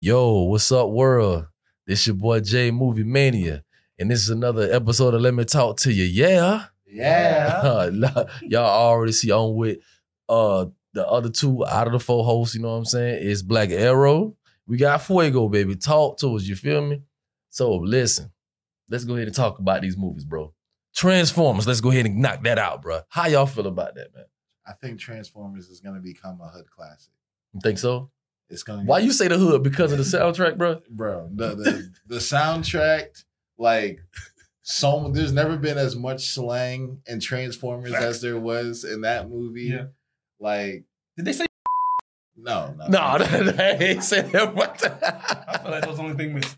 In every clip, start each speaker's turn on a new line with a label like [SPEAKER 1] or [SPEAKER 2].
[SPEAKER 1] Yo, what's up, world? This your boy J Movie Mania, and this is another episode of Let Me Talk to You. Yeah,
[SPEAKER 2] Yeah.
[SPEAKER 1] y'all already see on with uh the other two out of the four hosts. You know what I'm saying? It's Black Arrow. We got Fuego, baby. Talk to us. You feel me? So listen, let's go ahead and talk about these movies, bro. Transformers. Let's go ahead and knock that out, bro. How y'all feel about that, man?
[SPEAKER 2] I think Transformers is gonna become a hood classic.
[SPEAKER 1] You think so?
[SPEAKER 2] It's gonna
[SPEAKER 1] Why you say the hood because of the soundtrack, bro?
[SPEAKER 2] bro the the, the soundtrack like so there's never been as much slang in Transformers as there was in that movie.
[SPEAKER 3] Yeah.
[SPEAKER 2] Like
[SPEAKER 3] Did they say?
[SPEAKER 2] no no
[SPEAKER 1] No, I ain't saying that. What the-
[SPEAKER 3] I feel like that was the only thing missing.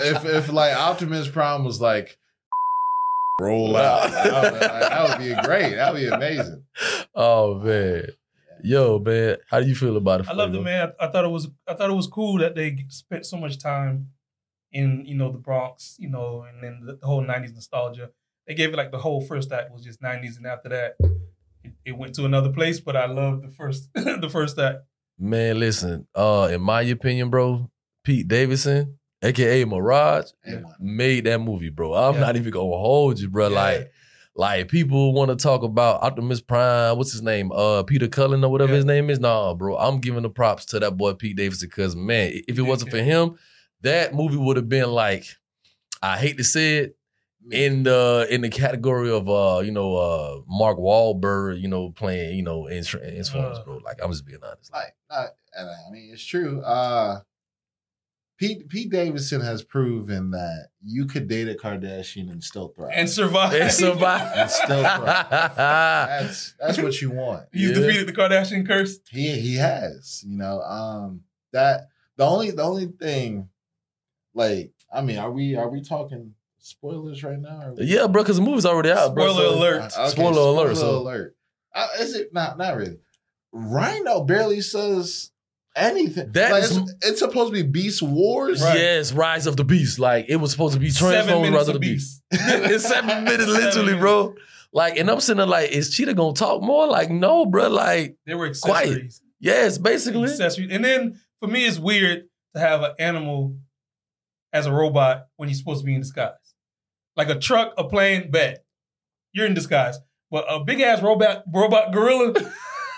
[SPEAKER 2] if if like Optimus Prime was like roll out I would- like, that would be great that would be amazing.
[SPEAKER 1] Oh man, yo man, how do you feel about it?
[SPEAKER 3] I loved it,
[SPEAKER 1] Flavor?
[SPEAKER 3] man. I, I thought it was. I thought it was cool that they spent so much time in you know the Bronx, you know, and then the, the whole '90s nostalgia. They gave it like the whole first act was just '90s, and after that, it, it went to another place. But I loved the first the first act.
[SPEAKER 1] Man, listen, uh, in my opinion, bro, Pete Davidson, aka Mirage,
[SPEAKER 2] Hey, man.
[SPEAKER 1] made that movie, bro. I'm
[SPEAKER 3] Yeah.
[SPEAKER 1] not even gonna hold you, bro.
[SPEAKER 3] Yeah.
[SPEAKER 1] Like, like people want to talk about Optimus Prime. What's his name? Uh, Peter Cullen or whatever
[SPEAKER 3] Yeah.
[SPEAKER 1] his name is. Nah, bro. I'm giving the props to that boy Pete Davidson because man, if it
[SPEAKER 3] did
[SPEAKER 1] wasn't
[SPEAKER 3] good.
[SPEAKER 1] for him, that movie would have been like, I hate to say it, in the in the category of uh you know uh Mark Wahlberg you know playing you know in Tr- in Transformers
[SPEAKER 3] Uh.
[SPEAKER 1] bro like I'm just being honest
[SPEAKER 2] like not, and I mean it's true. Uh Pete Pete Davidson has proven that you could date a Kardashian and still thrive.
[SPEAKER 3] And survive.
[SPEAKER 1] And survive.
[SPEAKER 2] And still
[SPEAKER 1] yeah
[SPEAKER 2] that's that's what you want.
[SPEAKER 3] He's
[SPEAKER 1] Yeah.
[SPEAKER 3] defeated the Kardashian curse.
[SPEAKER 2] He he has, you know. Um that the only the only thing like I mean, are we are we talking spoilers right now? Or
[SPEAKER 1] bro because the movie's already out bro
[SPEAKER 3] Spoiler
[SPEAKER 1] so-
[SPEAKER 3] alert.
[SPEAKER 2] Uh, okay,
[SPEAKER 1] Spoiler alert, so-
[SPEAKER 2] alert. Uh, is it not not really? Rhino barely says anything.
[SPEAKER 1] That
[SPEAKER 2] Like,
[SPEAKER 1] is-
[SPEAKER 2] it's, it's supposed to be Beast Wars.
[SPEAKER 3] Right.
[SPEAKER 1] yes Rise of the Beast like it was supposed to be
[SPEAKER 3] Seven
[SPEAKER 1] Transformers Rise
[SPEAKER 3] minutes
[SPEAKER 1] of
[SPEAKER 3] of
[SPEAKER 1] the Beast
[SPEAKER 3] beast.
[SPEAKER 1] it's seven minutes
[SPEAKER 3] Seven
[SPEAKER 1] literally bro like and I'm sitting there like is Cheetah gonna talk more like no bro like
[SPEAKER 3] They were
[SPEAKER 1] Quiet.
[SPEAKER 3] accessories.
[SPEAKER 1] yes basically
[SPEAKER 3] accessory. And then for me, it's weird to have an animal as a robot when you're supposed to be in disguise. Like a truck, a plane, bet you're in disguise. But a big ass robot, robot gorilla. no,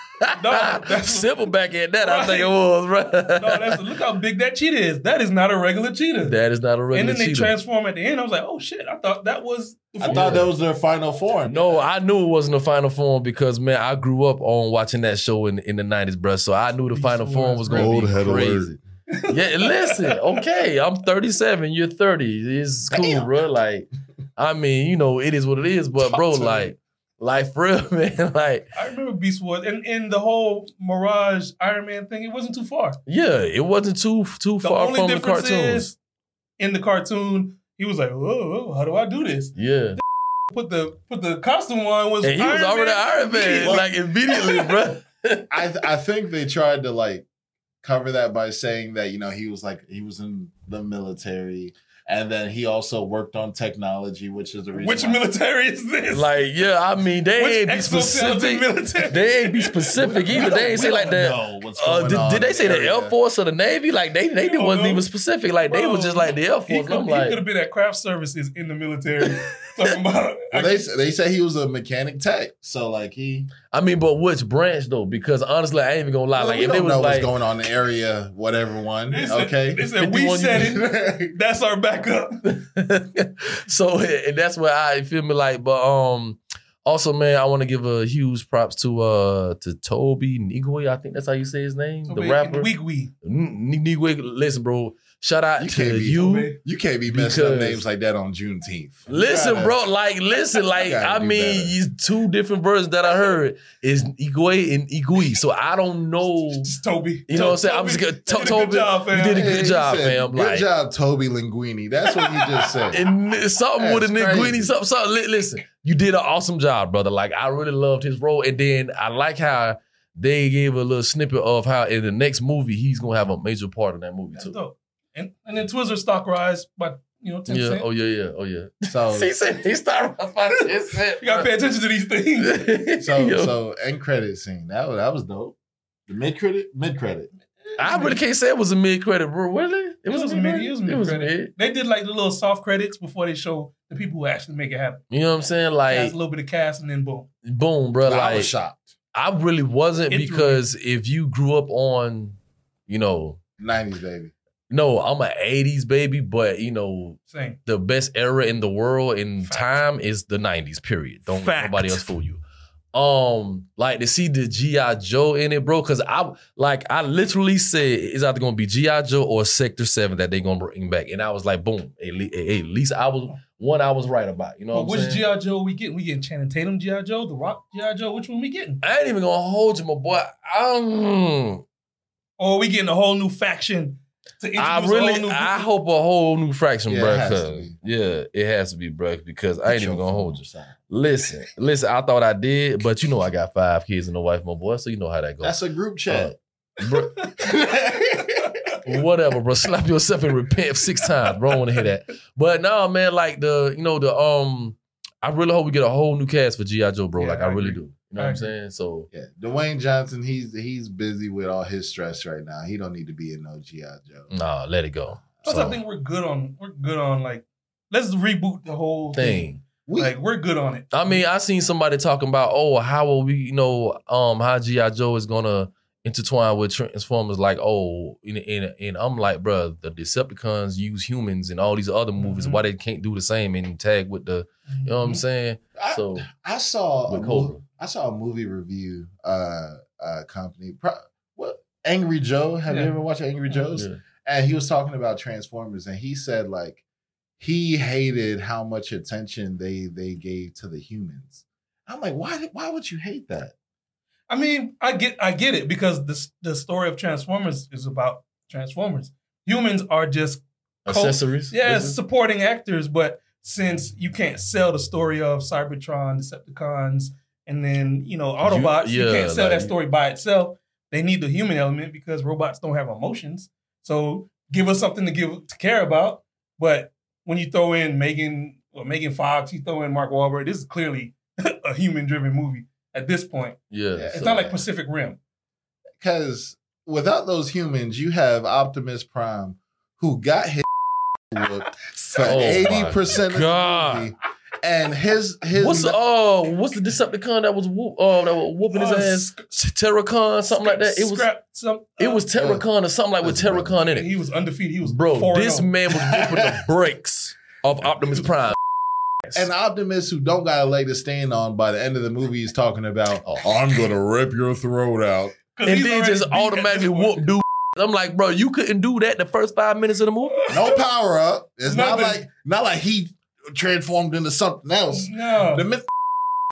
[SPEAKER 3] that's-
[SPEAKER 1] simple back at that I
[SPEAKER 3] Right.
[SPEAKER 1] think it was bro
[SPEAKER 3] that's look how big that cheetah is. That is not a regular cheetah.
[SPEAKER 1] that is not a regular
[SPEAKER 3] and then they
[SPEAKER 1] cheetah.
[SPEAKER 3] transform at the end. I was like, oh shit! I thought that was. The
[SPEAKER 2] I
[SPEAKER 3] fourth.
[SPEAKER 2] thought that was their final form.
[SPEAKER 1] No, I knew it wasn't the final form because man, I grew up on watching that show in, in the nineties, bruh. So I knew the
[SPEAKER 3] Beast
[SPEAKER 1] final
[SPEAKER 3] Wars,
[SPEAKER 1] form was gonna
[SPEAKER 2] Old
[SPEAKER 1] be
[SPEAKER 2] head
[SPEAKER 1] crazy. yeah, listen, okay, I'm 37, you're 30. It's cool,
[SPEAKER 2] Damn.
[SPEAKER 1] bro. Like, I mean, you know, it is what it is. But
[SPEAKER 2] Talk
[SPEAKER 1] bro,
[SPEAKER 2] to me.
[SPEAKER 1] like, like for real, man, like,
[SPEAKER 3] I remember Beast Wars and, and the whole Mirage Iron Man thing. It wasn't too far.
[SPEAKER 1] yeah, it wasn't too too
[SPEAKER 3] The
[SPEAKER 1] far
[SPEAKER 3] only
[SPEAKER 1] from the
[SPEAKER 3] difference
[SPEAKER 1] cartoons.
[SPEAKER 3] is in the cartoon, he was like, whoa, whoa, how do I do this?
[SPEAKER 1] yeah,
[SPEAKER 3] put the put the costume on was
[SPEAKER 1] and he was already Iron Man,
[SPEAKER 3] Like,
[SPEAKER 1] like immediately, bruh.
[SPEAKER 2] I th- I think they tried to like cover that by saying that you know he was like he was in the military and then he also worked on technology, which is the reason.
[SPEAKER 3] which
[SPEAKER 2] why-
[SPEAKER 3] military is this?
[SPEAKER 1] Like, yeah, I mean, they
[SPEAKER 3] which
[SPEAKER 1] ain't be
[SPEAKER 3] exoskeleton
[SPEAKER 1] specific.
[SPEAKER 3] military?
[SPEAKER 1] They ain't be specific
[SPEAKER 2] We
[SPEAKER 1] either.
[SPEAKER 2] don't-
[SPEAKER 1] They ain't
[SPEAKER 2] we
[SPEAKER 1] say like
[SPEAKER 2] don't
[SPEAKER 1] that.
[SPEAKER 2] know what's
[SPEAKER 1] Uh,
[SPEAKER 2] going
[SPEAKER 1] did,
[SPEAKER 2] on
[SPEAKER 1] did they
[SPEAKER 2] in
[SPEAKER 1] say the
[SPEAKER 2] area.
[SPEAKER 1] Air Force or the Navy? Like they they
[SPEAKER 3] We don't
[SPEAKER 1] wasn't
[SPEAKER 3] know.
[SPEAKER 1] even specific. Like they
[SPEAKER 3] Bro,
[SPEAKER 1] was just like the Air
[SPEAKER 3] He
[SPEAKER 1] Force.
[SPEAKER 3] could,
[SPEAKER 1] I'm
[SPEAKER 3] he could
[SPEAKER 1] like,
[SPEAKER 3] have been at craft services in the military. talking about
[SPEAKER 2] Well, they s- they say he was a mechanic tech, so like he.
[SPEAKER 1] I mean, but which branch though? Because honestly, I ain't even gonna lie.
[SPEAKER 2] Well,
[SPEAKER 1] Ah, like
[SPEAKER 2] we
[SPEAKER 1] if they
[SPEAKER 2] don't know
[SPEAKER 1] was like,
[SPEAKER 2] what's going on in the area, whatever one.
[SPEAKER 3] They said-
[SPEAKER 2] Okay,
[SPEAKER 3] they said, we
[SPEAKER 1] 51
[SPEAKER 3] said it. That's our backup.
[SPEAKER 1] so and that's what I feel me like. But um, also man, I want to give a huge props to uh to Toby Nigwe. I think that's how you say his name, the rapper.
[SPEAKER 3] Weak we.
[SPEAKER 1] N- N- Nigwe, listen, bro. Shout out
[SPEAKER 2] You can't
[SPEAKER 1] to
[SPEAKER 2] be-
[SPEAKER 1] you.
[SPEAKER 2] you can't be messing up
[SPEAKER 1] Because-
[SPEAKER 2] names like that on Juneteenth. You
[SPEAKER 1] Listen,
[SPEAKER 2] gotta-
[SPEAKER 1] bro. Like, listen, like,
[SPEAKER 2] gotta
[SPEAKER 1] I
[SPEAKER 2] do
[SPEAKER 1] mean,
[SPEAKER 2] better.
[SPEAKER 1] you two different versions that I heard is Igwe and Igui. So I don't know.
[SPEAKER 3] Just Toby.
[SPEAKER 1] You know what I'm saying? I'm just gonna-
[SPEAKER 3] Toby. did a
[SPEAKER 1] Toby,
[SPEAKER 3] good job,
[SPEAKER 1] you
[SPEAKER 3] fam.
[SPEAKER 1] did a good
[SPEAKER 2] Hey, you
[SPEAKER 1] job,
[SPEAKER 2] said,
[SPEAKER 1] fam.
[SPEAKER 2] Good
[SPEAKER 1] Like-
[SPEAKER 2] job, Toby Linguini. That's what you just said.
[SPEAKER 1] And n- something with a
[SPEAKER 2] That's
[SPEAKER 1] Nick
[SPEAKER 2] crazy.
[SPEAKER 1] Guinea, something, something. Li- Listen, you did an awesome job, brother. Like, I really loved his role. And then I like how they gave a little snippet of how in the next movie he's gonna have a major part in that movie
[SPEAKER 3] That's
[SPEAKER 1] too.
[SPEAKER 3] dope. And and then Twizzler stock rise by you know ten
[SPEAKER 1] Yeah.
[SPEAKER 3] cent.
[SPEAKER 1] Oh yeah. Yeah. Oh yeah.
[SPEAKER 2] So
[SPEAKER 1] He said he started off by ten cent.
[SPEAKER 3] You gotta pay attention to these things.
[SPEAKER 1] bro.
[SPEAKER 2] So
[SPEAKER 1] Yo.
[SPEAKER 2] so end credit scene. That was that was dope. The mid credit mid credit.
[SPEAKER 1] I really can't say it was a mid credit, bro. Was it?
[SPEAKER 3] It was a mid- it was a
[SPEAKER 1] It was
[SPEAKER 3] mid-credit.
[SPEAKER 1] mid.
[SPEAKER 3] They did like the little soft credits before they show the people who actually make it happen.
[SPEAKER 1] You know what I'm saying?
[SPEAKER 3] Cast
[SPEAKER 1] Like,
[SPEAKER 3] a little bit of cast and then boom.
[SPEAKER 1] boom, bro.
[SPEAKER 2] I
[SPEAKER 1] Like,
[SPEAKER 2] was shocked.
[SPEAKER 1] I really wasn't
[SPEAKER 3] It threw me.
[SPEAKER 1] because if you grew up on, you know,
[SPEAKER 2] Nineties baby.
[SPEAKER 1] no, I'm a '80s baby, but you know,
[SPEAKER 3] Same.
[SPEAKER 1] the best era in the world in
[SPEAKER 3] Fact.
[SPEAKER 1] time is the '90s. Period. Don't let
[SPEAKER 3] Fact.
[SPEAKER 1] nobody else fool you. Um, like to see the GI Joe in it, bro. Because I like I literally said it's either gonna be GI Joe or Sector Seven that they gonna bring back, and I was like, boom. At, le- at least I was one I was right about. You know
[SPEAKER 3] But
[SPEAKER 1] what I'm
[SPEAKER 3] which
[SPEAKER 1] saying?
[SPEAKER 3] G.I. Joe we getting? We getting Channing Tatum G.I. Joe, The Rock G.I. Joe? Which one we getting?
[SPEAKER 1] I ain't even gonna hold you, my boy. Um,
[SPEAKER 3] Or are we getting a whole new faction to introduce
[SPEAKER 1] I
[SPEAKER 3] a whole
[SPEAKER 1] really,
[SPEAKER 3] new
[SPEAKER 1] I hope a whole new fraction,
[SPEAKER 2] Yeah, it
[SPEAKER 1] bruh,
[SPEAKER 2] has to
[SPEAKER 1] 'cause-
[SPEAKER 2] be.
[SPEAKER 1] Yeah, it has to be, bruh, because I ain't even gonna hold you.
[SPEAKER 2] yourself.
[SPEAKER 1] Listen, listen, I thought I did, but you know I got five kids and a wife, my boy, so you know how that goes.
[SPEAKER 2] That's a group chat.
[SPEAKER 1] Bruh, Uh, whatever, bro. Slap yourself and repent six times, bro. I want to hear that. But no, man, like the, you know, the um, I really hope we get a whole new cast for GI Joe, bro.
[SPEAKER 3] Yeah,
[SPEAKER 1] like I,
[SPEAKER 3] I
[SPEAKER 1] really
[SPEAKER 3] agree.
[SPEAKER 1] do. You know
[SPEAKER 3] I
[SPEAKER 1] what I'm
[SPEAKER 3] agree.
[SPEAKER 1] saying? So
[SPEAKER 2] yeah, Dwayne Johnson. He's he's busy with all his stress right now. He don't need to be in no GI Joe.
[SPEAKER 1] nah, let it go.
[SPEAKER 3] Plus,
[SPEAKER 1] So,
[SPEAKER 3] I think we're good on we're good on like let's reboot the whole thing.
[SPEAKER 1] thing.
[SPEAKER 2] We
[SPEAKER 3] like we're good on it.
[SPEAKER 1] I mean, I seen somebody talking about, oh, how will we, you know, um, how GI Joe is gonna intertwine with Transformers? Like, oh, and, and, and I'm like, bruh, the Decepticons use humans and all these other movies.
[SPEAKER 3] Mhm.
[SPEAKER 1] Why they can't do the same and tag with the, you know what
[SPEAKER 3] Mm-hmm.
[SPEAKER 1] I'm saying?
[SPEAKER 2] I,
[SPEAKER 1] So
[SPEAKER 2] I
[SPEAKER 3] uh,
[SPEAKER 2] saw a
[SPEAKER 1] with
[SPEAKER 2] mo-
[SPEAKER 1] Cobra,
[SPEAKER 2] I saw a movie review uh uh company. Pro- what Angry Joe? Have
[SPEAKER 3] Yeah.
[SPEAKER 2] you ever watched Angry
[SPEAKER 3] Yeah.
[SPEAKER 2] Joe's?
[SPEAKER 1] Uh, Yeah.
[SPEAKER 2] And he was talking about Transformers, and he said like he hated how much attention they they gave to the humans. I'm like, why? did- Why would you hate that?
[SPEAKER 3] I mean, I get I get it because the the story of Transformers is about Transformers. Humans are just Col-
[SPEAKER 1] accessories.
[SPEAKER 3] yeah
[SPEAKER 1] Is it?
[SPEAKER 3] supporting actors, but since you can't sell the story of Cybertron, Decepticons, and then you know Autobots, you,
[SPEAKER 1] yeah,
[SPEAKER 3] can't sell
[SPEAKER 1] like-
[SPEAKER 3] that story by itself. They need the human element because robots don't have emotions. So give us something to give to care about. But when you throw in Megan or Megan Fox, you throw in Mark Wahlberg. This is clearly a human driven movie at this point.
[SPEAKER 1] yeah.
[SPEAKER 2] Yeah.
[SPEAKER 1] so-
[SPEAKER 3] It's not like Pacific Rim.
[SPEAKER 2] Because without those humans, you have Optimus Prime, who got his whooped for
[SPEAKER 1] Oh my
[SPEAKER 2] eighty percent of the
[SPEAKER 1] God.
[SPEAKER 2] movie, and his his
[SPEAKER 1] What's the oh? What's the Decepticon that was whoop? Oh, that was whooping his
[SPEAKER 3] Uh,
[SPEAKER 1] ass. Terracon, something like that. It was
[SPEAKER 3] Scrap some, uh,
[SPEAKER 1] it was
[SPEAKER 2] uh,
[SPEAKER 1] Terracon or something like with
[SPEAKER 2] that's right.
[SPEAKER 1] Terracon in it.
[SPEAKER 3] He was undefeated. He was
[SPEAKER 1] Bro,
[SPEAKER 3] four and
[SPEAKER 1] this
[SPEAKER 3] oh.
[SPEAKER 1] man was whooping the brakes of Optimus Prime.
[SPEAKER 2] an optimist who don't got a leg to stand on by the end of the movie is talking about "Oh, I'm gonna rip your throat out.
[SPEAKER 3] 'Cause
[SPEAKER 1] And
[SPEAKER 3] he's
[SPEAKER 1] then
[SPEAKER 3] already
[SPEAKER 1] just
[SPEAKER 3] beat at
[SPEAKER 1] automatically
[SPEAKER 3] this point.
[SPEAKER 1] whoop dude. I'm like, bro, you couldn't do that the first five minutes of the movie.
[SPEAKER 2] No power up. It's not
[SPEAKER 3] Nothing.
[SPEAKER 2] like not like he transformed into something else.
[SPEAKER 3] No,
[SPEAKER 2] The myth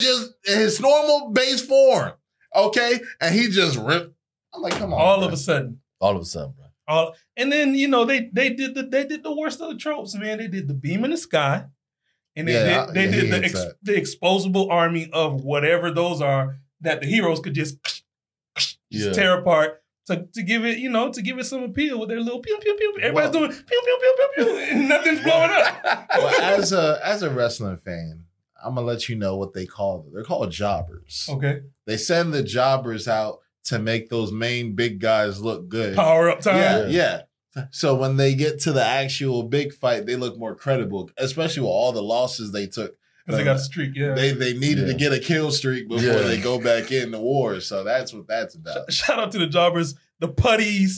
[SPEAKER 2] just his normal base form. Okay? And he just ripped. I'm like, come on.
[SPEAKER 3] all
[SPEAKER 2] bro.
[SPEAKER 3] of a sudden,
[SPEAKER 1] All of a sudden, bro.
[SPEAKER 3] all and then you know they they did the they did the worst of the tropes, man. They did the beam in the sky, and they
[SPEAKER 2] Yeah, I-
[SPEAKER 3] did, they
[SPEAKER 2] yeah, he
[SPEAKER 3] did the
[SPEAKER 2] hates
[SPEAKER 3] ex,
[SPEAKER 2] that.
[SPEAKER 3] the exposable army of whatever those are that the heroes could just, just
[SPEAKER 1] Yeah.
[SPEAKER 3] tear apart. To, to give it, you know, to give it some appeal with their little pew pew pew. Everybody's
[SPEAKER 2] Well-
[SPEAKER 3] doing pew pew pew pew pew, and nothing's blowing up.
[SPEAKER 2] Well, as a as a wrestling fan, I'm gonna let you know what they call them. They're called jobbers.
[SPEAKER 3] Okay,
[SPEAKER 2] They send the jobbers out to make those main big guys look good.
[SPEAKER 3] power up time.
[SPEAKER 2] Yeah, yeah. So when they get to the actual big fight, they look more credible, especially with all the losses they took. Uh,
[SPEAKER 3] Because they got a streak, yeah.
[SPEAKER 2] They they needed to
[SPEAKER 1] Yeah.
[SPEAKER 2] get a kill streak before
[SPEAKER 1] Yeah.
[SPEAKER 2] they go back in the war. So that's what that's about.
[SPEAKER 3] Sh- Shout out to the jobbers, the putties,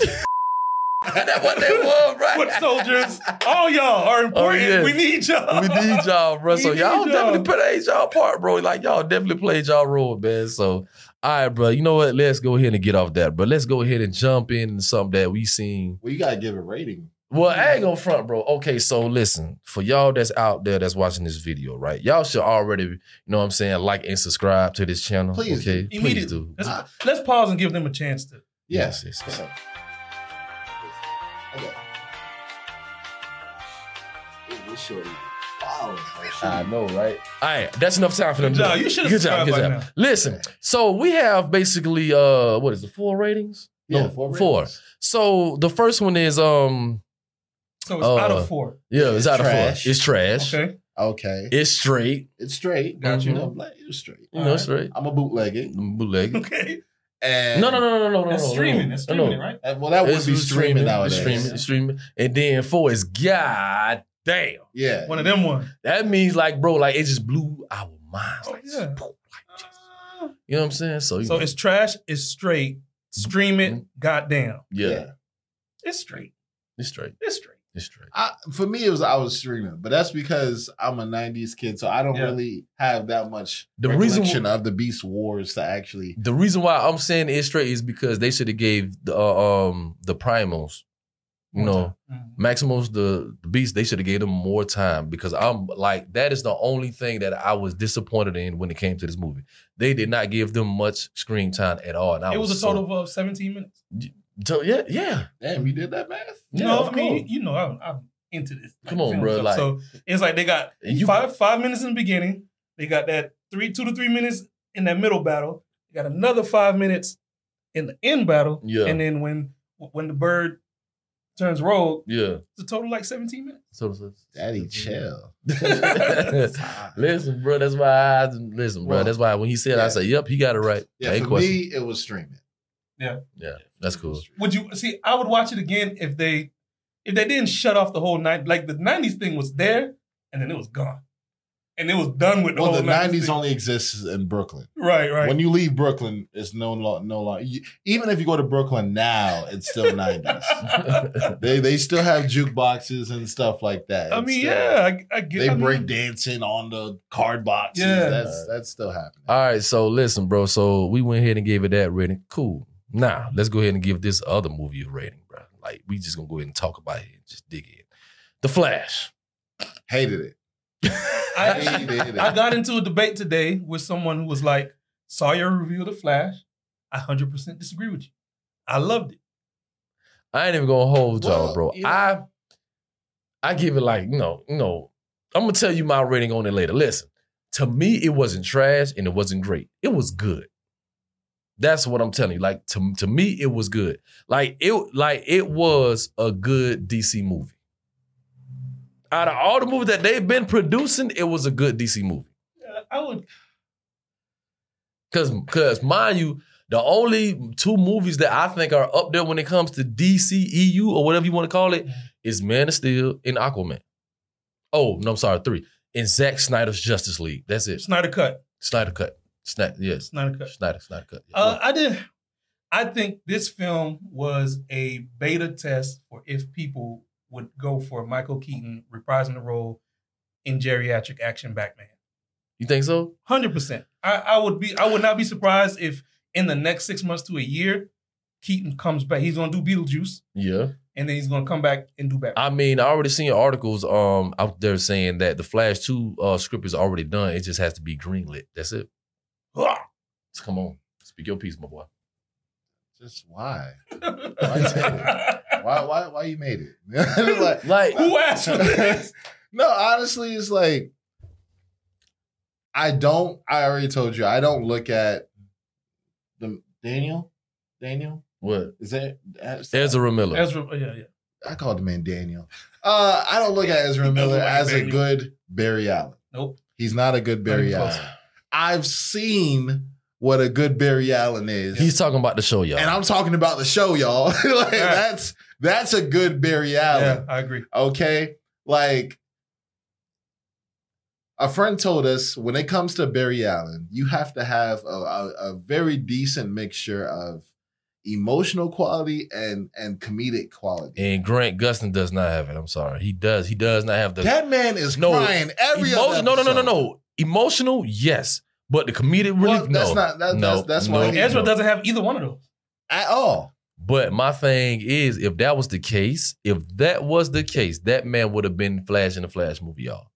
[SPEAKER 1] That's what they were,
[SPEAKER 3] foot
[SPEAKER 1] right?
[SPEAKER 3] soldiers. All y'all
[SPEAKER 2] Oh,
[SPEAKER 3] are important.
[SPEAKER 1] yeah.
[SPEAKER 3] We need y'all.
[SPEAKER 1] We need y'all, bro.
[SPEAKER 3] We
[SPEAKER 1] So
[SPEAKER 3] need
[SPEAKER 1] y'all
[SPEAKER 3] y'all.
[SPEAKER 1] definitely played y'all part, bro. Like y'all definitely played y'all role, man. So, all right, bro. You know what? Let's go ahead and get off that, bro. Let's go ahead and jump into something that we seen
[SPEAKER 2] Well, you gotta give a rating.
[SPEAKER 1] Well, I ain't gonna front, bro. Okay, so listen, for y'all that's out there that's watching this video, right? Y'all should already, you know what I'm saying, like and subscribe to this channel.
[SPEAKER 2] Please
[SPEAKER 1] okay,
[SPEAKER 3] Immediately.
[SPEAKER 1] please do.
[SPEAKER 3] Let's,
[SPEAKER 2] Ah.
[SPEAKER 3] let's pause and give them a chance to.
[SPEAKER 2] Yeah.
[SPEAKER 1] Yes, yes, yes.
[SPEAKER 2] Okay. Okay. Ooh, this shorty. Oh,
[SPEAKER 1] I know, right? All right, that's enough time for them.
[SPEAKER 3] Good job. You should have
[SPEAKER 1] Good job.
[SPEAKER 3] subscribed
[SPEAKER 1] Good
[SPEAKER 3] by
[SPEAKER 1] job.
[SPEAKER 3] now.
[SPEAKER 1] Listen, so we have basically, uh, what is the four ratings?
[SPEAKER 2] yeah,
[SPEAKER 1] No,
[SPEAKER 2] four.
[SPEAKER 1] four.
[SPEAKER 2] ratings.
[SPEAKER 1] So the first one is, um,
[SPEAKER 3] So it's
[SPEAKER 1] Uh,
[SPEAKER 3] out of four.
[SPEAKER 1] yeah, it's,
[SPEAKER 2] It's
[SPEAKER 1] out of
[SPEAKER 2] trash.
[SPEAKER 1] four. It's trash.
[SPEAKER 3] Okay.
[SPEAKER 2] Okay,
[SPEAKER 1] It's straight.
[SPEAKER 2] it's straight.
[SPEAKER 1] Got you.
[SPEAKER 2] know, black, it's straight.
[SPEAKER 1] You
[SPEAKER 3] All
[SPEAKER 1] know,
[SPEAKER 3] right.
[SPEAKER 1] straight.
[SPEAKER 2] I'm a bootleg it.
[SPEAKER 1] Bootleg.
[SPEAKER 3] Okay.
[SPEAKER 2] And
[SPEAKER 1] No, no, no, no, no, no,
[SPEAKER 3] That's
[SPEAKER 1] no, no, no.
[SPEAKER 3] streaming. That's
[SPEAKER 1] No,
[SPEAKER 3] streaming,
[SPEAKER 1] no.
[SPEAKER 3] it, right?
[SPEAKER 2] And, Uh, well, that would
[SPEAKER 1] It's
[SPEAKER 2] be streaming
[SPEAKER 1] it's
[SPEAKER 2] nowadays.
[SPEAKER 1] Streaming, it's streaming. And then four is god damn.
[SPEAKER 2] Yeah.
[SPEAKER 3] One of them ones.
[SPEAKER 1] That means like, bro, like it just blew our minds.
[SPEAKER 3] Oh,
[SPEAKER 1] like,
[SPEAKER 3] yeah.
[SPEAKER 1] poof, like, just- you know what I'm saying? So, Oh, you Mm-hmm.
[SPEAKER 3] So
[SPEAKER 1] know,
[SPEAKER 3] it's trash. It's straight. Stream it. Goddamn.
[SPEAKER 1] yeah,
[SPEAKER 3] It's straight.
[SPEAKER 1] it's straight.
[SPEAKER 3] It's straight.
[SPEAKER 1] It's straight.
[SPEAKER 2] I, for me, it was I was streaming, but that's because I'm a '90s kid, so I don't
[SPEAKER 3] Yeah.
[SPEAKER 2] really have that much
[SPEAKER 1] The
[SPEAKER 2] the
[SPEAKER 1] reason-
[SPEAKER 2] recollection of the Beast Wars to actually.
[SPEAKER 1] The reason why I'm saying it's straight is because they should have gave the uh, um the primals, you
[SPEAKER 3] More
[SPEAKER 1] know,
[SPEAKER 3] Mhm.
[SPEAKER 1] Maximos the, the Beast, they should have gave them more time because I'm like that is the only thing that I was disappointed in when it came to this movie. They did not give them much screen time at all. And I
[SPEAKER 3] It was a
[SPEAKER 1] so-
[SPEAKER 3] total of 17 minutes.
[SPEAKER 1] so- yeah, yeah.
[SPEAKER 2] Damn, you did that math?
[SPEAKER 1] Yeah,
[SPEAKER 3] no,
[SPEAKER 1] of
[SPEAKER 3] I mean,
[SPEAKER 1] course.
[SPEAKER 3] you, you know, I'm, I'm into this.
[SPEAKER 1] Come on,
[SPEAKER 3] film
[SPEAKER 1] bro,
[SPEAKER 3] stuff.
[SPEAKER 1] like-
[SPEAKER 3] so it's like they got
[SPEAKER 1] And you-
[SPEAKER 3] five five minutes in the beginning. They got that three, two to three minutes in that middle battle. They got another five minutes in the end battle.
[SPEAKER 1] Yeah.
[SPEAKER 3] And then when when the bird turns rogue,
[SPEAKER 1] Yeah.
[SPEAKER 3] it's a total like 17 minutes.
[SPEAKER 1] So, so-
[SPEAKER 3] Mm-hmm.
[SPEAKER 2] Daddy, chill.
[SPEAKER 1] listen, bro. That's why I listen, bro.
[SPEAKER 2] Well,
[SPEAKER 1] that's why when he said, it, I
[SPEAKER 2] yeah.
[SPEAKER 1] said, "Yep, he got it right."
[SPEAKER 2] Yeah,
[SPEAKER 1] Ain't
[SPEAKER 2] for
[SPEAKER 1] question.
[SPEAKER 2] me, it was streaming.
[SPEAKER 1] yeah, that's cool.
[SPEAKER 3] Would you see? I would watch it again if they if they didn't shut off the whole night. Like the '90s thing was there, and then it was gone, and it was done with the
[SPEAKER 2] Well,
[SPEAKER 3] whole
[SPEAKER 2] the '90s
[SPEAKER 3] thing.
[SPEAKER 2] only exists in Brooklyn.
[SPEAKER 3] Right, right.
[SPEAKER 2] When you leave Brooklyn, it's no lo- no longer. Even if you go to Brooklyn now, it's still '90s. They they still have jukeboxes and stuff like that.
[SPEAKER 3] I
[SPEAKER 2] It's
[SPEAKER 3] mean,
[SPEAKER 2] still-
[SPEAKER 3] yeah, I, I get.
[SPEAKER 2] They
[SPEAKER 3] I mean,
[SPEAKER 2] break dancing on the card boxes.
[SPEAKER 3] Yeah.
[SPEAKER 2] That's that's still happening.
[SPEAKER 1] All right, so listen, bro. So we went ahead and gave it that rating. Cool. Now let's go ahead and give this other movie a rating, bro. Like we just gonna go ahead and talk about it, and just dig in. The Flash.
[SPEAKER 2] Hated it.
[SPEAKER 3] I, actually-
[SPEAKER 2] Hated it.
[SPEAKER 3] I got into a debate today with someone who was like, "Saw your review of the Flash. I hundred percent disagree with you. I loved it.
[SPEAKER 1] I ain't even gonna hold y'all,
[SPEAKER 2] Well,
[SPEAKER 1] bro.
[SPEAKER 2] you know-
[SPEAKER 1] I I give it like you know, you know. I'm gonna tell you my rating on it later. Listen, to me, it wasn't trash and it wasn't great. It was good. That's what I'm telling you. Like to to me, it was good. Like it like it was a good DC movie. Out of all the movies that they've been producing, it was a good DC movie.
[SPEAKER 3] Yeah, Uh, I would.
[SPEAKER 1] Cause, cause mind you, the only two movies that I think are up there when it comes to DCEU or whatever you want to call it
[SPEAKER 3] Mm-hmm.
[SPEAKER 1] is Man of Steel and Aquaman. Oh, no, I'm sorry, three. And Zack Snyder's Justice League. That's it.
[SPEAKER 3] Snyder cut.
[SPEAKER 1] Snyder Cut. Snyder, yes.
[SPEAKER 3] Snyder cut.
[SPEAKER 1] Snyder, Snyder Cut. Yeah.
[SPEAKER 3] Uh, I did. I think this film was a beta test for if people would go for Michael Keaton reprising the role in geriatric action Batman.
[SPEAKER 1] you think so?
[SPEAKER 3] Hundred percent. I, I would be. I would not be surprised if in the next six months to a year, Keaton comes back. He's gonna do Beetlejuice,
[SPEAKER 1] Yeah.
[SPEAKER 3] and then he's gonna come back and do Batman.
[SPEAKER 1] I mean, I already seen articles um out there saying that the Flash 2 uh, script is already done. It just has to be greenlit. That's it. Just come on. Speak your piece, my boy.
[SPEAKER 2] Just why? Why why why you made it? Like-
[SPEAKER 1] Like,
[SPEAKER 3] Who asked for this?
[SPEAKER 2] no, honestly, it's like I don't. I already told you I don't look at the Daniel. Daniel
[SPEAKER 1] what?
[SPEAKER 2] is that?
[SPEAKER 1] Ezra Miller.
[SPEAKER 3] Ezra, oh, yeah, yeah.
[SPEAKER 2] I called the man Daniel. Uh, I don't look at Ezra
[SPEAKER 3] He doesn't
[SPEAKER 2] Miller
[SPEAKER 3] like
[SPEAKER 2] as a
[SPEAKER 3] Daniel.
[SPEAKER 2] good Barry Allen.
[SPEAKER 3] Nope.
[SPEAKER 2] He's not a good Barry
[SPEAKER 3] Not even
[SPEAKER 2] Allen.
[SPEAKER 3] close.
[SPEAKER 2] I've seen what a good Barry Allen is.
[SPEAKER 1] He's talking about the show, y'all.
[SPEAKER 2] and I'm talking about the show, y'all. like, That's that's a good Barry
[SPEAKER 3] Yeah,
[SPEAKER 2] Allen.
[SPEAKER 3] I agree.
[SPEAKER 2] Okay, like a friend told us when it comes to Barry Allen, you have to have a, a, a very decent mixture of emotional quality and and comedic quality.
[SPEAKER 1] And Grant Gustin does not have it. I'm sorry. He does. He does not have the
[SPEAKER 2] that man is
[SPEAKER 1] No.
[SPEAKER 2] crying every other
[SPEAKER 1] emotion. No, no, no, no,
[SPEAKER 2] episode.
[SPEAKER 1] no. Emotional, yes, but the comedic relief,
[SPEAKER 2] Well, that's
[SPEAKER 1] no.
[SPEAKER 2] not- that-
[SPEAKER 1] no,
[SPEAKER 2] that's- that's
[SPEAKER 1] no,
[SPEAKER 2] why he-
[SPEAKER 1] no.
[SPEAKER 3] Ezra doesn't have either one of those.
[SPEAKER 2] at all.
[SPEAKER 1] But my thing is, if that was the case, if that was the case, that man would have been Flash in the Flash movie, y'all.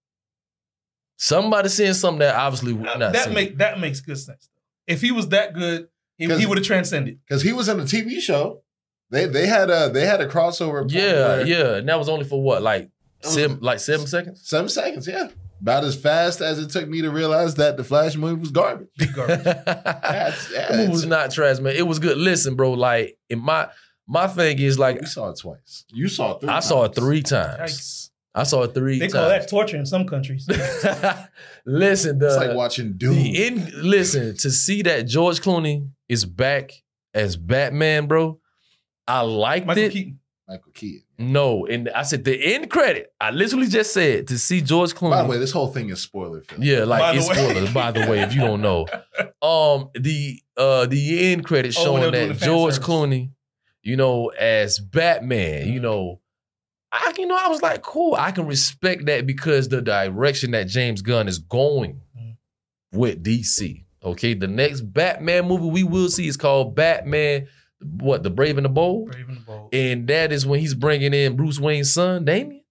[SPEAKER 1] Somebody seeing something that obviously would not
[SPEAKER 3] Uh, that
[SPEAKER 1] seen.
[SPEAKER 3] make that makes good sense. If he was that good, he,
[SPEAKER 2] 'Cause-
[SPEAKER 3] he would have transcended.
[SPEAKER 2] Because he was in a TV show. They they had a they had a crossover. point
[SPEAKER 1] yeah,
[SPEAKER 2] where-
[SPEAKER 1] yeah. And that was only for what, like
[SPEAKER 2] was-
[SPEAKER 1] seven, like seven seconds.
[SPEAKER 2] Seven seconds, yeah. About as fast as it took me to realize that the Flash movie was garbage.
[SPEAKER 3] Big garbage.
[SPEAKER 1] that
[SPEAKER 2] That's, yeah,
[SPEAKER 1] movie
[SPEAKER 2] it's-
[SPEAKER 1] was not trash, man. It was good. Listen, bro. Like, in my my thing is like
[SPEAKER 2] we saw it twice. You saw it three.
[SPEAKER 1] I saw it
[SPEAKER 2] times.
[SPEAKER 1] three times.
[SPEAKER 3] Yikes.
[SPEAKER 1] I saw it three
[SPEAKER 3] They
[SPEAKER 1] times.
[SPEAKER 3] call that torture in some countries.
[SPEAKER 1] listen, the, uh,
[SPEAKER 2] It's like watching Doom.
[SPEAKER 1] the end, listen to see that George Clooney is back as Batman, bro. I liked
[SPEAKER 3] Michael
[SPEAKER 1] it.
[SPEAKER 3] Keaton.
[SPEAKER 2] Michael Keaton.
[SPEAKER 1] No, and I said the end credit. I literally just said to see George Clooney.
[SPEAKER 2] By the way, this whole thing is spoiler film.
[SPEAKER 1] yeah, like
[SPEAKER 3] By the
[SPEAKER 1] it's
[SPEAKER 3] way.
[SPEAKER 1] spoilers. By the way, if you don't know, um, the uh the end credit
[SPEAKER 3] Oh, when
[SPEAKER 1] showing
[SPEAKER 3] they were doing
[SPEAKER 1] that
[SPEAKER 3] the fan
[SPEAKER 1] George
[SPEAKER 3] service. Mm-hmm.
[SPEAKER 1] Clooney, you know, as Batman, you know, I you know I was like, cool, I can respect that because the direction that James Gunn is going
[SPEAKER 3] Mhm.
[SPEAKER 1] with DC. Okay, the next Batman movie we will see is called Batman. What the Brave and the Bold?
[SPEAKER 3] Brave and the Bold.
[SPEAKER 1] and that is when he's bringing in Bruce Wayne's son, Damien.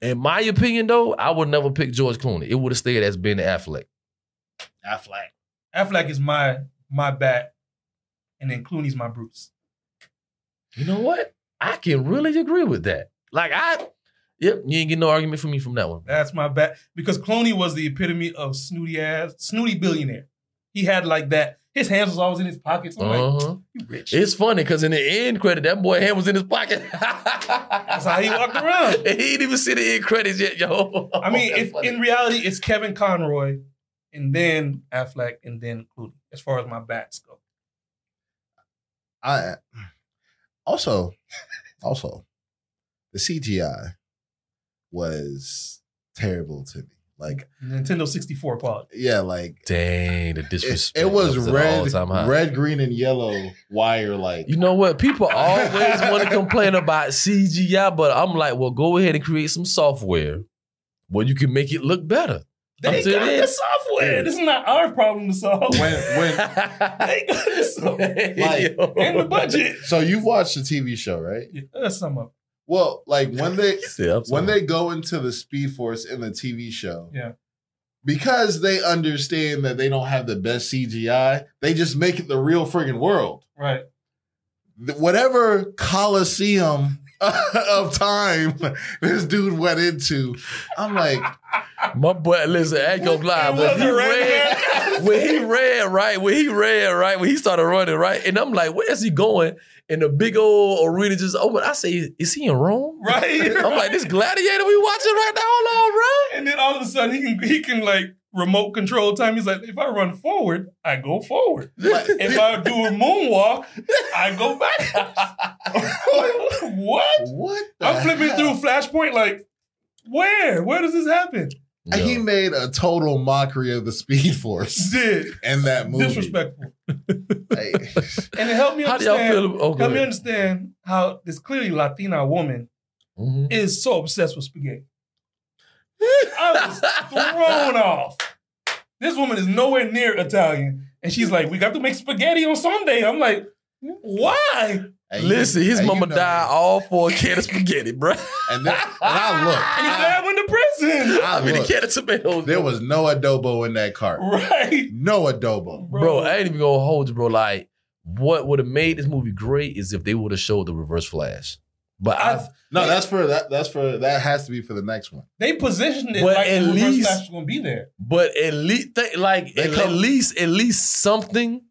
[SPEAKER 1] In my opinion, though, I would never pick George Clooney. It would have stayed as Ben Affleck.
[SPEAKER 2] Affleck.
[SPEAKER 3] Affleck is my my bat, and then Clooney's my Bruce.
[SPEAKER 1] You know what? I can really agree with that. Like I, yep, you ain't get no argument from me from that one.
[SPEAKER 3] That's my bat because Clooney was the epitome of snooty ass, snooty billionaire. He had like that. His hands was always in his pockets. I'm like,
[SPEAKER 1] Uh-huh.
[SPEAKER 3] you rich.
[SPEAKER 1] It's funny because in the end credit, that boy hand was in his pocket. That's
[SPEAKER 3] how he walked around.
[SPEAKER 1] He didn't even see the end credits yet, yo.
[SPEAKER 3] I mean,
[SPEAKER 1] That's
[SPEAKER 3] if,
[SPEAKER 1] funny.
[SPEAKER 3] in reality, it's Kevin Conroy, and then Affleck, and then Clooney. As far as my bats go,
[SPEAKER 2] I also also the CGI was terrible to me. Like
[SPEAKER 3] Nintendo sixty four quality.
[SPEAKER 2] yeah, like
[SPEAKER 1] dang, the
[SPEAKER 2] it,
[SPEAKER 1] disrespect.
[SPEAKER 2] it was
[SPEAKER 1] That an
[SPEAKER 2] red,
[SPEAKER 1] all-time high.
[SPEAKER 2] red, green, and yellow wire. Like
[SPEAKER 1] You know what? People always want to complain about CGI, but I'm like, well, go ahead and create some software where you can make it look better. I'm
[SPEAKER 3] They got
[SPEAKER 1] serious.
[SPEAKER 3] the software.
[SPEAKER 1] Yeah.
[SPEAKER 3] This is not our problem to solve.
[SPEAKER 2] when when
[SPEAKER 3] they got the software
[SPEAKER 2] Like,
[SPEAKER 1] Yo.
[SPEAKER 3] and the budget.
[SPEAKER 2] so you've watched the TV show, right?
[SPEAKER 3] Yeah, that's some of.
[SPEAKER 2] Well, like when they
[SPEAKER 1] Yeah, I'm
[SPEAKER 2] when
[SPEAKER 1] sorry.
[SPEAKER 2] they go into the Speed Force in the TV show,
[SPEAKER 3] Yeah.
[SPEAKER 2] because they understand that they don't have the best CGI, they just make it the real friggin' world.
[SPEAKER 3] it. Right.
[SPEAKER 2] Th- Whatever coliseum of time this dude went into, I'm like,
[SPEAKER 1] my boy, listen, I ain't gonna lie.
[SPEAKER 3] It
[SPEAKER 1] When
[SPEAKER 3] was
[SPEAKER 1] he
[SPEAKER 3] a red
[SPEAKER 1] read,
[SPEAKER 3] hair.
[SPEAKER 1] when he ran right, when he ran right, when he started running right, and I'm like, where's he going? And the big old arena just opened. I say, is he in Rome?
[SPEAKER 3] right.
[SPEAKER 1] I'm like, this gladiator we watching right now. Hold on, bro.
[SPEAKER 3] and then all of a sudden he can he can like remote control time. He's like, if I run forward, I go forward.
[SPEAKER 2] like,
[SPEAKER 3] If I do a moonwalk, I go back. what?
[SPEAKER 2] what? the
[SPEAKER 3] I'm flipping
[SPEAKER 2] hell?
[SPEAKER 3] through Flashpoint like, where? Where does this happen?
[SPEAKER 2] And He
[SPEAKER 1] Yo.
[SPEAKER 2] made a total mockery of the Speed Force
[SPEAKER 3] Did
[SPEAKER 2] in that movie.
[SPEAKER 3] disrespectful.
[SPEAKER 2] Like,
[SPEAKER 3] And it helped me
[SPEAKER 1] How do y'all
[SPEAKER 3] understand.
[SPEAKER 1] feel? Oh, go
[SPEAKER 3] Help me
[SPEAKER 1] ahead.
[SPEAKER 3] understand how this clearly Latina woman
[SPEAKER 1] Mhm.
[SPEAKER 3] is so obsessed with spaghetti. I was thrown off. This woman is nowhere near Italian. And she's like, we got to make spaghetti on Sunday. I'm like, why?
[SPEAKER 2] and you-
[SPEAKER 1] Listen, his
[SPEAKER 2] and you
[SPEAKER 1] mama
[SPEAKER 2] know-
[SPEAKER 1] died all for a can of spaghetti, bro.
[SPEAKER 2] And, then, and I looked.
[SPEAKER 3] And you I went to prison.
[SPEAKER 1] I mean, a
[SPEAKER 2] Look,
[SPEAKER 1] can of tomatoes.
[SPEAKER 2] There was no adobo in that cart.
[SPEAKER 3] Right.
[SPEAKER 2] No adobo.
[SPEAKER 1] bro, I ain't even gonna hold you, bro. Like, what would have made this movie great is if they would have showed the reverse flash. But I,
[SPEAKER 3] I-
[SPEAKER 2] No, that's for that. That's for that has to be for the next one.
[SPEAKER 3] they positioned it
[SPEAKER 1] But
[SPEAKER 3] like
[SPEAKER 1] at
[SPEAKER 3] the reverse
[SPEAKER 1] least-
[SPEAKER 3] flash was gonna be there.
[SPEAKER 1] but at least th- like
[SPEAKER 2] They
[SPEAKER 1] at,
[SPEAKER 2] come-
[SPEAKER 1] at least at least something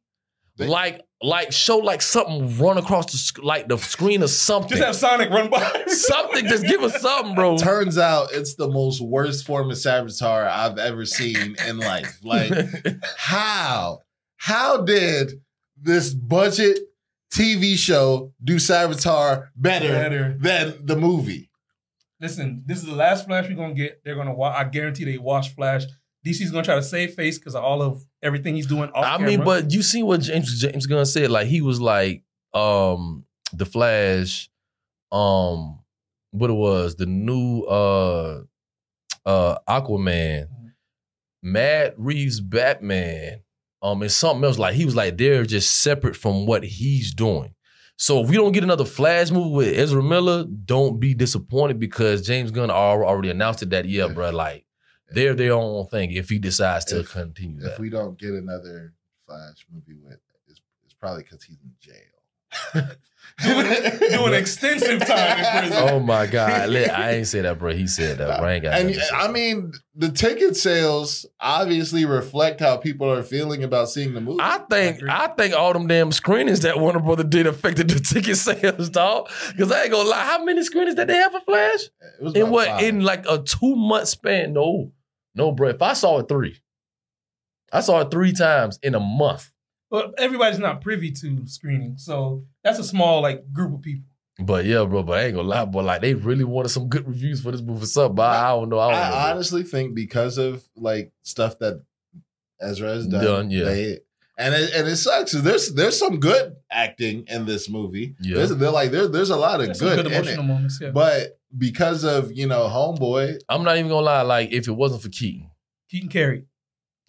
[SPEAKER 2] They-
[SPEAKER 1] like like show like something run across the sc- like the screen or something.
[SPEAKER 3] Just have Sonic run by.
[SPEAKER 1] something, just give us something, bro.
[SPEAKER 2] Turns out it's the most worst form of saboteur I've ever seen in life. Like how? How did this budget TV show do saboteur better,
[SPEAKER 3] Better.
[SPEAKER 2] than the movie?
[SPEAKER 3] Listen, this is the last flash we're gonna get. They're gonna wa- I guarantee they wash flash. DC's gonna try to save face because of all of everything he's doing off
[SPEAKER 1] I mean,
[SPEAKER 3] camera.
[SPEAKER 1] but you seen what James James Gunn said? Like he was like, um, the Flash, um, what it was, the new uh uh Aquaman,
[SPEAKER 2] Mm-hmm.
[SPEAKER 3] Mhm.
[SPEAKER 1] Matt Reeves Batman, um, and something else. Like he was like, they're just separate from what he's doing. So if we don't get another Flash movie with Ezra Miller, don't be disappointed because James Gunn al- already announced it that yeah,
[SPEAKER 2] If-
[SPEAKER 1] bro, like they're their own thing if he decides to
[SPEAKER 2] If-
[SPEAKER 1] continue that.
[SPEAKER 2] If we don't get another Flash movie with, it's, it's probably because he's in jail.
[SPEAKER 3] doing extensive time in prison.
[SPEAKER 1] oh my god! Li- I ain't say that, bro. He said that. Bro. I ain't got
[SPEAKER 2] and
[SPEAKER 1] nothing to say.
[SPEAKER 2] I mean, the ticket sales obviously reflect how people are feeling about seeing the movie.
[SPEAKER 1] I think I think all them damn screenings that Warner Brother did affected the ticket sales, dog. Because I ain't gonna lie, how many screenings did they have for Flash?
[SPEAKER 2] It was
[SPEAKER 1] In
[SPEAKER 2] about
[SPEAKER 1] what
[SPEAKER 2] five.
[SPEAKER 1] in like a two month span? No, no, bro. If I saw it three, I saw it three times in a month.
[SPEAKER 3] but everybody's not privy to screening, so that's a small like group of people.
[SPEAKER 1] But yeah, bro, but I ain't gonna lie, but like they really wanted some good reviews for this movie. What's up, but I, I don't know. I don't know.
[SPEAKER 2] I
[SPEAKER 1] bro.
[SPEAKER 2] honestly think because of like stuff that Ezra has done,
[SPEAKER 1] Done, yeah.
[SPEAKER 2] they- and it, and it sucks. There's there's some good acting in this movie.
[SPEAKER 1] Yeah.
[SPEAKER 2] There's, they're like there, there's a lot of
[SPEAKER 3] There's some
[SPEAKER 2] good,
[SPEAKER 3] good
[SPEAKER 2] in
[SPEAKER 3] emotional
[SPEAKER 2] it,
[SPEAKER 3] moments. Yeah,
[SPEAKER 2] but because of you know homeboy,
[SPEAKER 1] I'm not even gonna lie, like if it wasn't for Keaton,
[SPEAKER 3] Keaton Carey.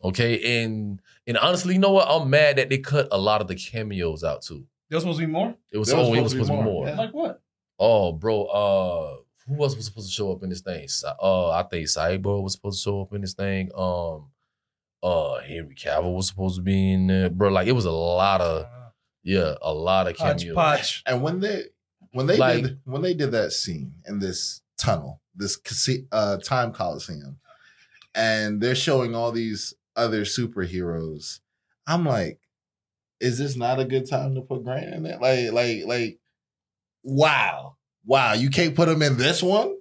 [SPEAKER 1] okay? And and honestly, you know what? I'm mad that they cut a lot of the cameos out too.
[SPEAKER 3] There was supposed to be more.
[SPEAKER 1] It was
[SPEAKER 2] There was
[SPEAKER 1] only it was supposed to be more.
[SPEAKER 2] yeah.
[SPEAKER 3] Like what?
[SPEAKER 1] Oh, bro, uh who else was supposed to show up in this thing? Sa- Uh I think Cyborg was supposed to show up in this thing. Um uh Henry Cavill was supposed to be in there. Bro, like it was a lot of
[SPEAKER 3] Uh,
[SPEAKER 1] yeah, a lot of cameos.
[SPEAKER 3] hodgepodge.
[SPEAKER 2] and when they when they
[SPEAKER 1] Like-
[SPEAKER 2] did when they did that scene in this tunnel, this casi- uh, time coliseum, and they're showing all these other superheroes, I'm like, is this not a good time to put Grant in it? Like, like, like, wow, wow, you can't put him in this one.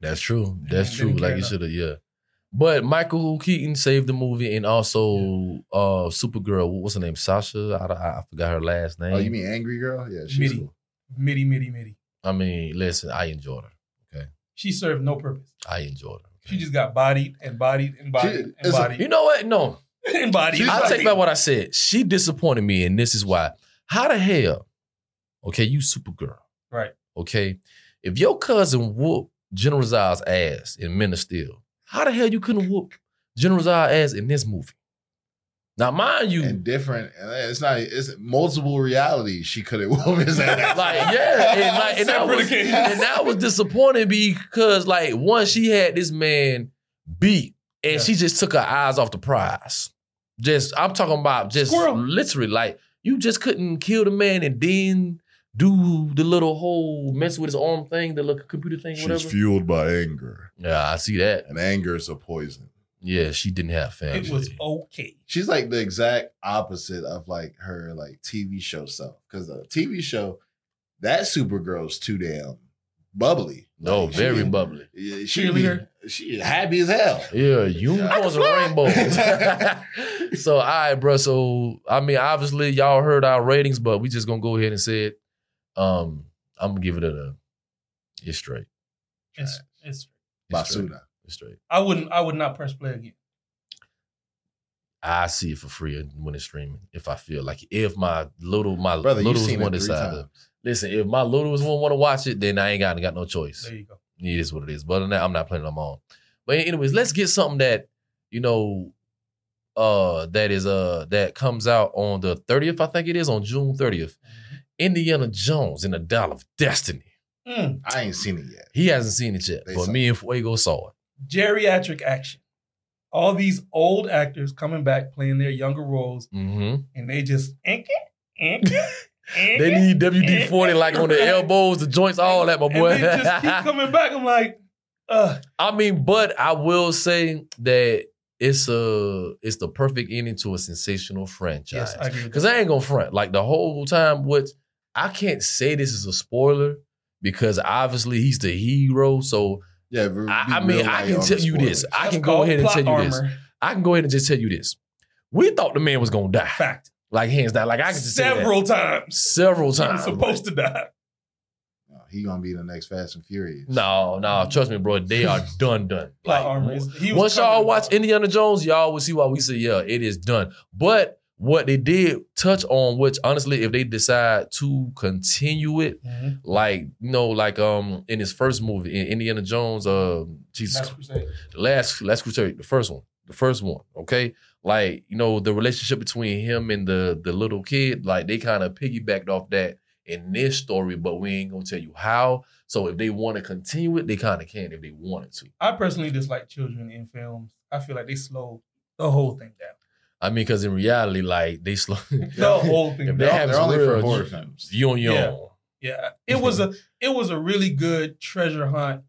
[SPEAKER 1] That's true. That's
[SPEAKER 3] didn't
[SPEAKER 1] true.
[SPEAKER 3] care
[SPEAKER 1] Like you
[SPEAKER 3] enough.
[SPEAKER 1] should have, yeah. But Michael Keaton saved the movie, and also uh, Supergirl. What's her name? Sasha. I, I, I forgot her last name.
[SPEAKER 2] Oh, you mean Angry Girl? Yeah, she's
[SPEAKER 3] Mitty.
[SPEAKER 2] cool.
[SPEAKER 3] Mitty, Mitty, Mitty.
[SPEAKER 1] I mean, listen. I enjoyed her.
[SPEAKER 3] She served no purpose.
[SPEAKER 1] I enjoyed her.
[SPEAKER 3] She just got bodied and bodied and
[SPEAKER 2] She-
[SPEAKER 3] bodied and
[SPEAKER 2] it's a-
[SPEAKER 1] You
[SPEAKER 3] bodied
[SPEAKER 1] know what? No,
[SPEAKER 3] and bodied.
[SPEAKER 2] She's
[SPEAKER 1] I'll
[SPEAKER 2] like-
[SPEAKER 1] take back what I said. She disappointed me, and this is why. How the hell? Okay, you Supergirl.
[SPEAKER 3] Right.
[SPEAKER 1] Okay, if your cousin whooped General Zod's ass in Men of Steel, how the hell you couldn't whoop General Zod's ass in this movie? Now, mind you,
[SPEAKER 2] and different. and It's not. It's multiple realities. She couldn't whoop his ass.
[SPEAKER 1] Like, yeah, and like- and that was- and I was disappointed because like once she had this man beat and
[SPEAKER 3] Yeah.
[SPEAKER 1] she just took her eyes off the prize. Just I'm talking about just
[SPEAKER 3] Squirrel.
[SPEAKER 1] literally like you just couldn't kill the man and then do the little whole mess with his arm thing, the little computer thing, whatever.
[SPEAKER 2] fueled by anger,
[SPEAKER 1] yeah, I see that.
[SPEAKER 2] and anger is a poison.
[SPEAKER 1] Yeah, she didn't have family.
[SPEAKER 3] It was okay.
[SPEAKER 2] She's like the exact opposite of like her like TV show self because the TV show that Supergirl's too damn bubbly.
[SPEAKER 1] no,
[SPEAKER 2] Like,
[SPEAKER 1] very
[SPEAKER 2] she,
[SPEAKER 1] bubbly.
[SPEAKER 2] Yeah, she be,
[SPEAKER 3] Cheerleader.
[SPEAKER 2] she happy as hell.
[SPEAKER 1] Yeah, unicorns and rainbows. so, all right, bro. So, I mean, obviously, y'all heard our ratings, but we just gonna go ahead and say it. Um, I'm gonna give it a. It's straight.
[SPEAKER 3] It's, it's,
[SPEAKER 1] It's straight.
[SPEAKER 2] Basuna.
[SPEAKER 1] It's straight.
[SPEAKER 3] I wouldn't. I would not press play again.
[SPEAKER 1] I see it for free when it's streaming. If I feel like it. if my little my
[SPEAKER 2] Brother, you've
[SPEAKER 1] littlest
[SPEAKER 2] seen
[SPEAKER 1] one
[SPEAKER 2] it three
[SPEAKER 1] decides,
[SPEAKER 2] times.
[SPEAKER 1] listen, if my littlest one want to watch it, then I ain't got got no choice.
[SPEAKER 3] There you go.
[SPEAKER 1] it is what it is. But other than that, I'm not planning on my own. But anyways, let's get something that you know uh that is uh that comes out on the 30th, I think it is, on June 30th. Indiana Jones in the Dial of Destiny.
[SPEAKER 3] Mm,
[SPEAKER 2] I ain't seen it yet.
[SPEAKER 1] He hasn't seen it yet,
[SPEAKER 2] They
[SPEAKER 1] but
[SPEAKER 2] saw
[SPEAKER 1] me and Fuego saw it.
[SPEAKER 3] geriatric action. All these old actors coming back playing their younger roles,
[SPEAKER 1] hmm
[SPEAKER 3] and they just ink it, ink it, ink
[SPEAKER 1] They
[SPEAKER 3] it.
[SPEAKER 1] need WD 40 like on the elbows, the joints, all that, my
[SPEAKER 3] And
[SPEAKER 1] boy.
[SPEAKER 3] they just keep coming back. I'm like, uh,
[SPEAKER 1] I mean, but I will say that it's a it's the perfect ending to a sensational franchise.
[SPEAKER 3] yes, I agree. With
[SPEAKER 1] Cause I ain't gonna front. Like the whole time, which I can't say this is a spoiler because obviously he's the hero. So
[SPEAKER 2] Yeah, we- we
[SPEAKER 1] I, I mean,
[SPEAKER 2] real
[SPEAKER 1] I
[SPEAKER 2] light
[SPEAKER 1] can
[SPEAKER 2] on
[SPEAKER 1] tell
[SPEAKER 2] the
[SPEAKER 1] you this.
[SPEAKER 2] spoilers.
[SPEAKER 1] I
[SPEAKER 3] That's
[SPEAKER 1] can go
[SPEAKER 3] called
[SPEAKER 1] ahead and
[SPEAKER 3] plot
[SPEAKER 1] tell you this.
[SPEAKER 3] armor.
[SPEAKER 1] I can go ahead and just tell you this. We thought the man was gonna die.
[SPEAKER 3] Fact.
[SPEAKER 1] Like hands down. Like I can just several
[SPEAKER 3] Several times.
[SPEAKER 1] several
[SPEAKER 3] He was
[SPEAKER 1] times.
[SPEAKER 3] supposed to die.
[SPEAKER 2] No, he gonna be the next Fast and Furious.
[SPEAKER 1] No, no, trust me, bro. They are done, done. Like,
[SPEAKER 3] Plot armor. It's- he was
[SPEAKER 1] once y'all
[SPEAKER 3] covered.
[SPEAKER 1] watch Indiana Jones, y'all will see why we say, yeah, it is done. But what they did touch on, which honestly, if they decide to continue it,
[SPEAKER 3] Mhm.
[SPEAKER 1] like you know, like um in his first movie in Indiana Jones, uh, Jesus,
[SPEAKER 3] Last Crusade.
[SPEAKER 1] the last last Crusade, the first one, the first one, okay, like you know the relationship between him and the the little kid, like they kind of piggybacked off that in this story, but we ain't gonna tell you how. So if they want to continue it, they kind of can if they wanted to.
[SPEAKER 3] I personally dislike children in films. I feel like they slow the whole thing down.
[SPEAKER 1] I mean, because in reality, like they slow
[SPEAKER 3] The whole thing
[SPEAKER 1] If
[SPEAKER 3] down.
[SPEAKER 1] they
[SPEAKER 2] they're,
[SPEAKER 1] have
[SPEAKER 2] they're only
[SPEAKER 1] real-
[SPEAKER 2] for horror films.
[SPEAKER 1] you on your
[SPEAKER 3] Yeah.
[SPEAKER 1] own.
[SPEAKER 3] Yeah, it was a it was a really good treasure hunt,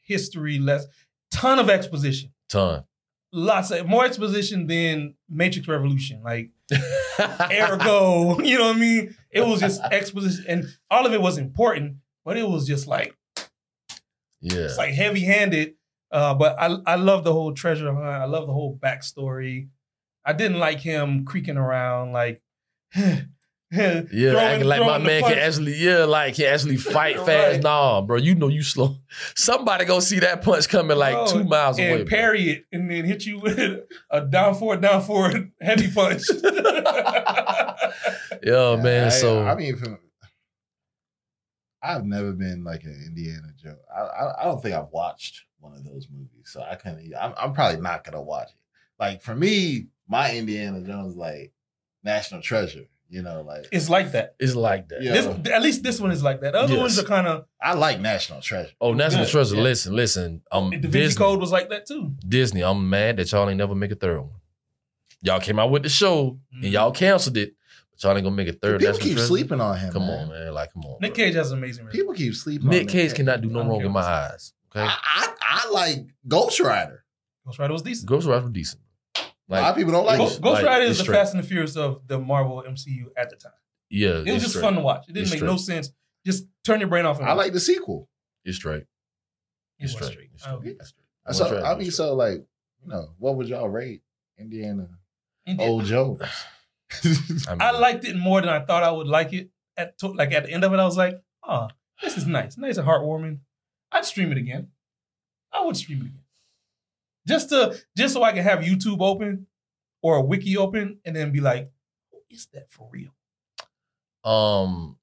[SPEAKER 3] history less ton of exposition,
[SPEAKER 1] Ton.
[SPEAKER 3] lots of more exposition than Matrix Revolution, like ergo, you know what I mean? It was just exposition, and all of it was important, but it was just like
[SPEAKER 1] yeah.
[SPEAKER 3] it's like heavy handed. Uh, but I I love the whole treasure hunt. I love the whole backstory. I I didn't like him creaking around like
[SPEAKER 1] Yeah, acting like my man can
[SPEAKER 3] ask.
[SPEAKER 1] actually, yeah, like can actually fight
[SPEAKER 3] Right.
[SPEAKER 1] fast. Nah, bro, you know you slow. Somebody gonna see that punch coming like
[SPEAKER 3] Bro,
[SPEAKER 1] two miles
[SPEAKER 3] and
[SPEAKER 1] away. bro.
[SPEAKER 3] parry it and then hit you with a down forward, down forward heavy punch.
[SPEAKER 1] Yeah,
[SPEAKER 2] Yeah,
[SPEAKER 1] Oh, man.
[SPEAKER 2] I,
[SPEAKER 1] so
[SPEAKER 2] I mean, from, I've never been like an Indiana Joe. I, I I don't think I've watched one of those movies, so I can't. even- I'm, I'm probably not gonna watch it. Like for me, my Indiana Jones like National Treasure. You know, like
[SPEAKER 3] it's like that.
[SPEAKER 1] it's like that.
[SPEAKER 2] Yeah.
[SPEAKER 3] This, at least this one is like that. The other
[SPEAKER 1] Yes.
[SPEAKER 3] ones are kind of.
[SPEAKER 2] I like National Treasure.
[SPEAKER 1] Oh, National
[SPEAKER 3] Yeah.
[SPEAKER 1] Treasure.
[SPEAKER 2] Yeah.
[SPEAKER 1] Listen, listen. Um,
[SPEAKER 3] The Da Vinci
[SPEAKER 1] Disney,
[SPEAKER 3] Code was like that too.
[SPEAKER 1] Disney. I'm mad that y'all ain't never make a third one. Y'all came out with the show
[SPEAKER 3] Mhm.
[SPEAKER 1] and y'all canceled it, but y'all ain't gonna make a third.
[SPEAKER 2] People
[SPEAKER 1] National
[SPEAKER 2] keep
[SPEAKER 1] Treasure?
[SPEAKER 2] sleeping on him.
[SPEAKER 1] Come
[SPEAKER 2] man.
[SPEAKER 1] on, man. Like, come on.
[SPEAKER 3] Nick
[SPEAKER 1] bro.
[SPEAKER 3] Cage has an amazing. resume.
[SPEAKER 2] People keep sleeping. on
[SPEAKER 1] Nick Cage cannot do
[SPEAKER 3] I
[SPEAKER 1] no
[SPEAKER 3] don't
[SPEAKER 1] wrong
[SPEAKER 3] care
[SPEAKER 1] in my
[SPEAKER 3] what you say.
[SPEAKER 1] eyes. Okay,
[SPEAKER 2] I, I I like Ghost Rider.
[SPEAKER 3] Ghost Rider was decent.
[SPEAKER 1] Ghost Rider was decent.
[SPEAKER 2] a lot of
[SPEAKER 1] Like,
[SPEAKER 2] people don't like.
[SPEAKER 1] Ghost-
[SPEAKER 2] it.
[SPEAKER 3] Ghost, Ghost
[SPEAKER 1] like,
[SPEAKER 3] Rider is
[SPEAKER 1] it's
[SPEAKER 3] the
[SPEAKER 1] straight.
[SPEAKER 3] Fast and the Furious of the Marvel MCU at the time.
[SPEAKER 1] yeah,
[SPEAKER 3] It was
[SPEAKER 1] it's
[SPEAKER 3] just
[SPEAKER 1] straight.
[SPEAKER 3] fun to watch. It didn't
[SPEAKER 1] It's
[SPEAKER 3] make no sense. Just turn your brain off and
[SPEAKER 2] I like the sequel.
[SPEAKER 1] It's straight.
[SPEAKER 3] it was
[SPEAKER 1] it's straight.
[SPEAKER 3] straight.
[SPEAKER 1] It's
[SPEAKER 3] Oh,
[SPEAKER 1] straight. Ghost
[SPEAKER 2] So
[SPEAKER 1] Rider
[SPEAKER 2] I
[SPEAKER 1] was
[SPEAKER 2] mean,
[SPEAKER 1] straight.
[SPEAKER 2] so like you know, what would y'all rate Indiana
[SPEAKER 3] Indiana-
[SPEAKER 2] Old Joe?
[SPEAKER 1] I, mean,
[SPEAKER 3] I liked it more than I thought I would like it. At to, like at the end of it, I was like, "Oh, this is nice, nice and heartwarming." I'd stream it again. I would stream it again, just to just so I can have YouTube open or a wiki open, and then be like, "Who is that for real?"
[SPEAKER 1] Um,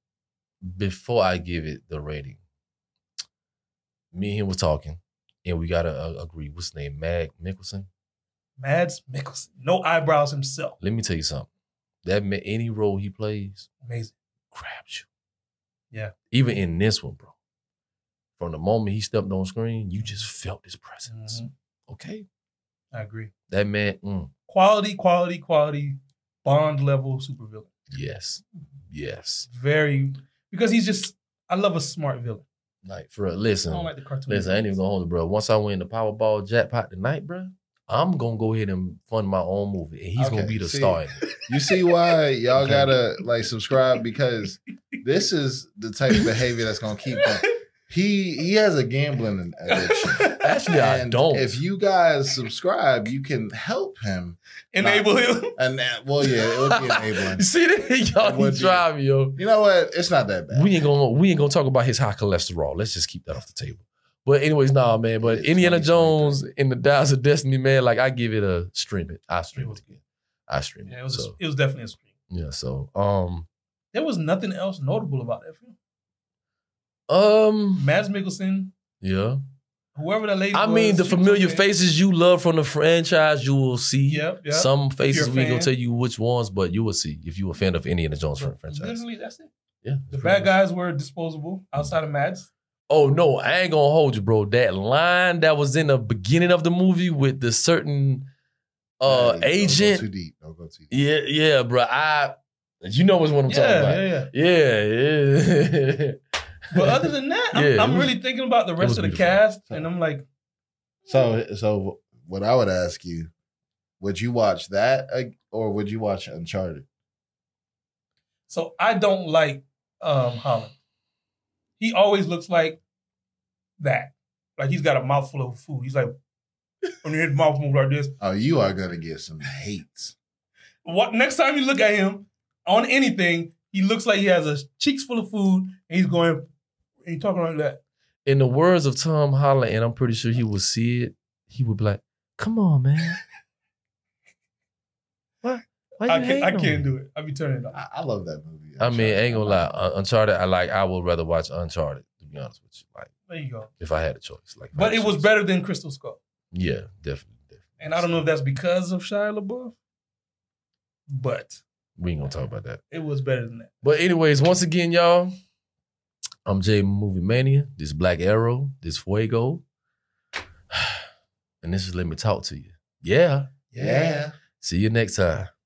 [SPEAKER 1] before I give it the rating, me and him were talking, and we gotta uh, agree. What's his name? Mag Mickelson.
[SPEAKER 3] Mads Mikkelsen, no eyebrows himself,
[SPEAKER 1] Let me tell you something. That man, any role he plays
[SPEAKER 3] amazing.
[SPEAKER 1] grabs you.
[SPEAKER 3] Yeah.
[SPEAKER 1] Even in this one, bro. From the moment he stepped on screen, you just felt his presence.
[SPEAKER 3] Mhm.
[SPEAKER 1] Okay.
[SPEAKER 3] I agree.
[SPEAKER 1] That man, mm,
[SPEAKER 3] Quality, quality, quality. Bond level supervillain.
[SPEAKER 1] yes, yes.
[SPEAKER 3] Very because he's just. I love a smart villain.
[SPEAKER 1] Like for real,
[SPEAKER 3] I
[SPEAKER 1] listen,
[SPEAKER 3] don't like the cartoon.
[SPEAKER 1] listen. I ain't even gonna hold it, bro. Once I win the Powerball jackpot tonight, bro, I'm gonna go ahead and fund my own movie, and he's gonna
[SPEAKER 2] Okay,
[SPEAKER 1] be the
[SPEAKER 2] see.
[SPEAKER 1] star. In it.
[SPEAKER 2] You see why y'all
[SPEAKER 1] Okay.
[SPEAKER 2] gotta like subscribe because this is the type of behavior that's gonna keep him. He he has a gambling addiction.
[SPEAKER 1] Actually, I don't.
[SPEAKER 2] If you guys subscribe, you can help him.
[SPEAKER 3] enable him.
[SPEAKER 2] And that, well, yeah, it would be enabling.
[SPEAKER 1] You see that y'all
[SPEAKER 2] What
[SPEAKER 1] he
[SPEAKER 2] do you-
[SPEAKER 1] driving, yo.
[SPEAKER 2] You know what? It's not that bad.
[SPEAKER 1] We ain't gonna we ain't gonna talk about his high cholesterol. Let's just keep that off the table. But anyways, nah, man. But
[SPEAKER 2] It's
[SPEAKER 1] Indiana
[SPEAKER 2] 2023.
[SPEAKER 1] Jones in the Dials of Destiny, man. Like I give it a stream it. I stream it again. I stream it.
[SPEAKER 3] Yeah, it was
[SPEAKER 1] so,
[SPEAKER 3] it was definitely a scream.
[SPEAKER 1] yeah. So um
[SPEAKER 3] There was nothing else notable about that film.
[SPEAKER 1] um
[SPEAKER 3] Mads Mikkelsen,
[SPEAKER 1] yeah.
[SPEAKER 3] whoever that lady.
[SPEAKER 1] I
[SPEAKER 3] was,
[SPEAKER 1] mean, the
[SPEAKER 3] she was
[SPEAKER 1] familiar
[SPEAKER 3] okay.
[SPEAKER 1] faces you love from the franchise, you will see.
[SPEAKER 3] Yep, yep.
[SPEAKER 1] Some faces
[SPEAKER 3] you're a
[SPEAKER 1] we ain't gonna
[SPEAKER 3] fan.
[SPEAKER 1] tell you which ones, but you will see if you a fan of Indiana Jones from the franchise.
[SPEAKER 3] Literally, that's it.
[SPEAKER 1] Yeah,
[SPEAKER 3] Mm-hmm. The bad guys were disposable outside of Mads.
[SPEAKER 1] Oh no, I ain't gonna hold you, bro. That line that was in the beginning of the movie with the certain uh
[SPEAKER 2] Don't go
[SPEAKER 1] agent.
[SPEAKER 2] too deep. Don't go too deep.
[SPEAKER 1] Yeah, yeah, bro. I you know what's what I'm talking
[SPEAKER 3] Yeah,
[SPEAKER 1] about.
[SPEAKER 3] yeah, yeah.
[SPEAKER 1] Yeah, yeah.
[SPEAKER 3] But other than that, I'm,
[SPEAKER 1] Yeah, it
[SPEAKER 3] I'm
[SPEAKER 1] was-
[SPEAKER 3] really thinking about the rest
[SPEAKER 1] was
[SPEAKER 3] of the
[SPEAKER 1] beautiful.
[SPEAKER 3] cast, and I'm like,
[SPEAKER 2] So so what I would ask you, would you watch that uh, or would you watch Uncharted?
[SPEAKER 3] so I don't like um, Holland. He always looks like that. Like he's got a mouthful of food. He's like, when his mouth moves like this.
[SPEAKER 2] Oh, you are gonna get some hate.
[SPEAKER 3] What next time you look at him on anything, he looks like he has a cheeks full of food and he's going and he's talking like that.
[SPEAKER 1] In the words of Tom Holland, and I'm pretty sure he will see it, he would be like, Come on, man. What? Why you
[SPEAKER 3] I can't,
[SPEAKER 1] hating
[SPEAKER 3] I
[SPEAKER 1] on
[SPEAKER 3] can't
[SPEAKER 1] me?
[SPEAKER 3] do it. I'll be turning it off.
[SPEAKER 2] I, I love that movie.
[SPEAKER 1] I mean,
[SPEAKER 2] Uncharted.
[SPEAKER 1] ain't gonna lie. Un- Uncharted, I like I would rather watch Uncharted, to be honest with you. Like
[SPEAKER 3] There you go.
[SPEAKER 1] if I had a choice. Like if I
[SPEAKER 3] But
[SPEAKER 1] had
[SPEAKER 3] it
[SPEAKER 1] a
[SPEAKER 3] was
[SPEAKER 1] choice.
[SPEAKER 3] better than Crystal Skull.
[SPEAKER 1] Yeah, definitely, definitely.
[SPEAKER 3] And I don't know if that's because of Shia LaBeouf, but
[SPEAKER 1] we ain't gonna talk about that.
[SPEAKER 3] it was better than that.
[SPEAKER 1] But anyways, once again, y'all, I'm Jay Movie Mania. This Black Arrow, this Fuego, and this is Let Me Talk to You. Yeah.
[SPEAKER 2] Yeah.
[SPEAKER 1] See you next time.